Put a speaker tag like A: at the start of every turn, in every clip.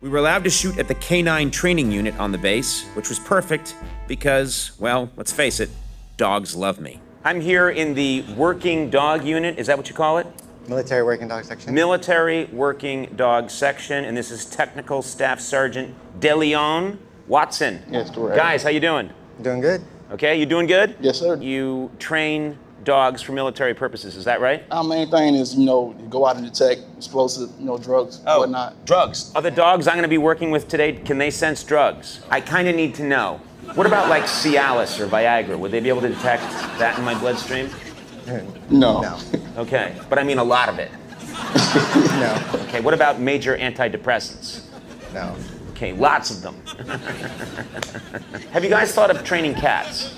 A: We were allowed to shoot at the K9 training unit on the base, which was perfect because, well, let's face it, dogs love me. I'm here in the working dog unit, is that what you call it?
B: Military Working Dog Section.
A: Military Working Dog Section, and this is Technical Staff Sergeant DeLeon Watson.
C: Yes, correct.
A: Guys, how you doing?
B: Doing good?
A: Okay, you doing good?
C: Yes, sir.
A: You train dogs for military purposes, is that right?
C: Our main thing is, you know, you go out and detect explosive, you know, drugs,
A: Oh.
C: whatnot.
A: Drugs. Are the dogs I'm going to be working with today, can they sense drugs? I kind of need to know. What about like Cialis or Viagra? Would they be able to detect that in my bloodstream?
C: No.
B: No.
A: Okay, but I mean a lot of it.
B: No.
A: Okay, what about major antidepressants?
B: No.
A: Okay, lots of them. have you guys thought of training cats?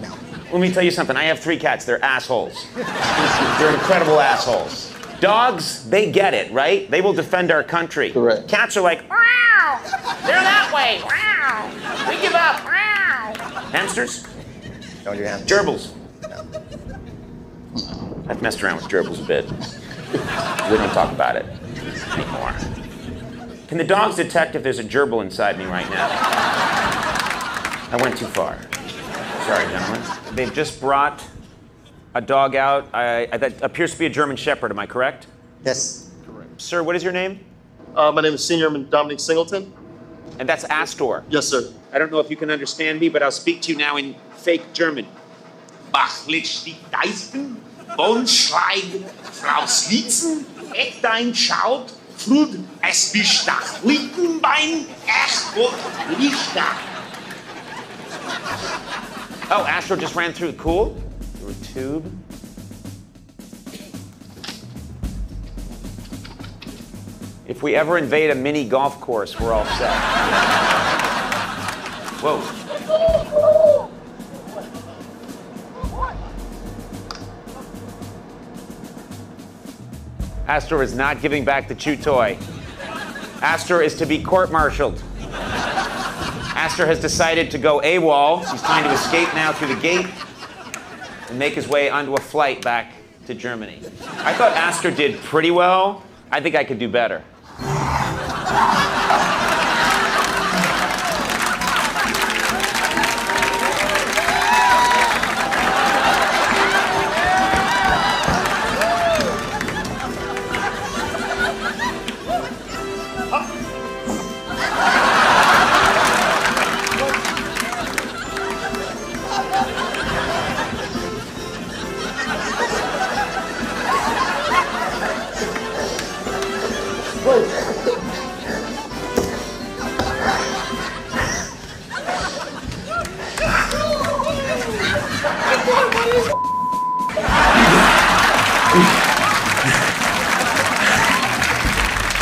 B: No.
A: Let me tell you something. I have three cats. They're assholes. They're incredible assholes. Dogs, they get it, right? They will defend our country.
C: Correct.
A: Cats are like,
D: Wow! They're that way. Wow! We give up. Wow!
A: hamsters,
B: Don't do hamsters.
A: gerbils. I've messed around with gerbils a bit. we don't talk about it anymore. Can the dogs detect if there's a gerbil inside me right now? I went too far. Sorry, gentlemen. They've just brought a dog out. I, I, that appears to be a German Shepherd, am I correct?
B: Yes.
A: Sir, what is your name?
E: Uh, my name is Senior Dominic Singleton.
A: And that's Astor.
E: Yes, sir.
A: I don't know if you can understand me, but I'll speak to you now in fake German.
F: Bachlich die Deisten, Bonschweig, Frau Slitzen, Eckdein schaut, Frud, es bist nach Wittenbein, echt Gott, Lichter.
A: Oh, Astro just ran through. Cool. Through a tube. If we ever invade a mini golf course, we're all set. Whoa. Astor is not giving back the chew toy. Astor is to be court-martialed. Astor has decided to go AWOL. He's trying to escape now through the gate and make his way onto a flight back to Germany. I thought Astor did pretty well. I think I could do better.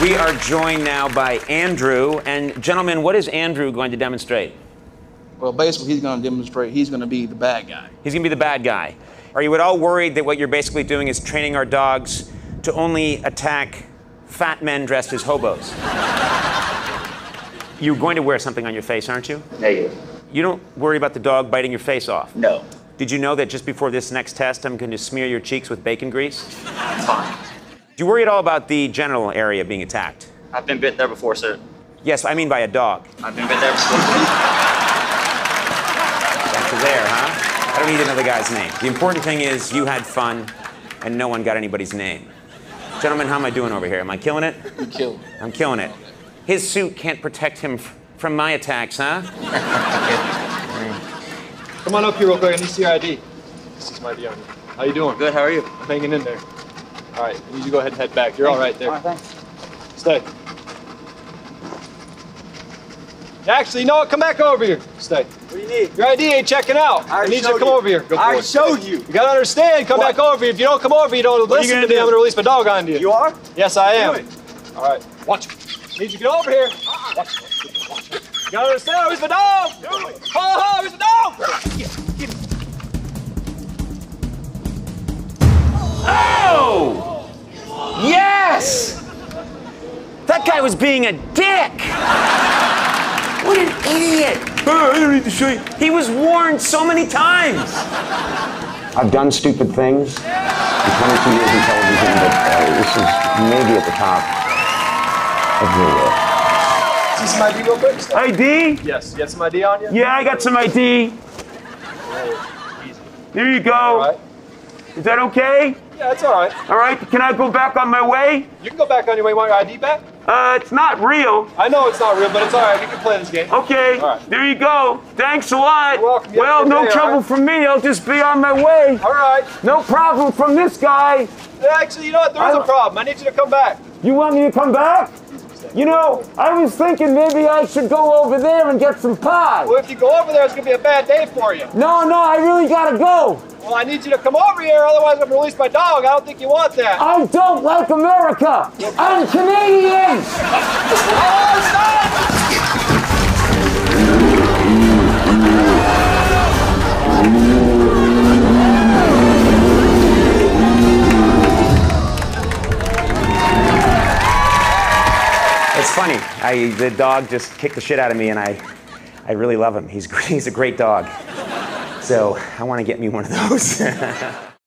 A: We are joined now by Andrew. And gentlemen, what is Andrew going to demonstrate?
C: Well, basically, he's going to demonstrate he's going to be the bad guy.
A: He's gonna be the bad guy. Are you at all worried that what you're basically doing is training our dogs to only attack fat men dressed as hobos? You're going to wear something on your face, aren't you?
G: Negative.
A: You don't worry about the dog biting your face off.
G: No.
A: Did you know that just before this next test, I'm going to smear your cheeks with bacon grease?
G: It's fine.
A: Do you worry at all about the genital area being attacked?
G: I've been bit there before, sir.
A: Yes, I mean by a dog.
G: I've been bit there before.
A: Back to there, huh? I don't need another guy's name. The important thing is you had fun and no one got anybody's name. Gentlemen, how am I doing over here? Am I killing it?
C: You kill.
A: I'm killing it. His suit can't protect him f- from my attacks, huh?
H: Come on up here real quick. I need to see your ID. This is my DRD. How you doing?
G: Good, how are you?
H: I'm hanging in there. All right, I need you to go ahead and head back. You're all right there.
C: All right, thanks.
H: Stay. Actually, no, come back over here. Stay. What do you need? Your ID ain't checking out. I, need you to come over here.
I: I
H: boy.
I: showed you.
H: You gotta understand. Come back over here. If you don't come over, you don't
I: What are you
H: listen
I: gonna
H: to me.
I: do?
H: I'm gonna release my dog on you.
I: You are?
H: Yes, I am.
I: Do it.
H: All right, watch. me. Need you to get over here. Watch. Watch. You gotta understand. Where's my dog? Do it. Ho ho! Where's my dog?
A: Oh! Yes! That guy was being a dick! What an idiot! Oh, I don't need to show you. He was warned so many times!
J: I've done stupid things. In 22 years in television, but uh, this is maybe at the top of the uh,
K: See some ID real quick? Stop.
L: ID?
H: Yes. You got some ID on you?
L: Yeah, I got some ID.
H: Easy.
L: There you
H: All
L: go.
H: right.
L: Is that okay?
H: Yeah, it's all right.
L: All right, can I go back on my way?
H: You can go back on your way. Want your ID back?
L: Uh, it's not real.
H: I know it's not real, but it's all right. We can play this game.
L: Okay,
H: All right.
L: there you go. Thanks a lot.
H: You're welcome. You have a
L: Well,
H: good
L: no
H: day, all
L: trouble
H: right?
L: from me. I'll just be on my way.
H: All right.
L: No problem from this guy.
H: Actually, you know what? There is a
L: I'm-
H: problem. I need you to come back.
L: You want me to come back? You know, I was thinking maybe I should go over there and get some pie.
H: Well, if you go over there, it's gonna be a bad day for you.
L: No, no, I really gotta go.
H: Well, I need you to come over here, otherwise I'm gonna release my dog. I don't think you want that.
L: I don't like America. I'm Canadian. It's funny. I, the dog just kicked the shit out of me, and I, I really love him. He's, he's a great dog. So I want to get me one of those.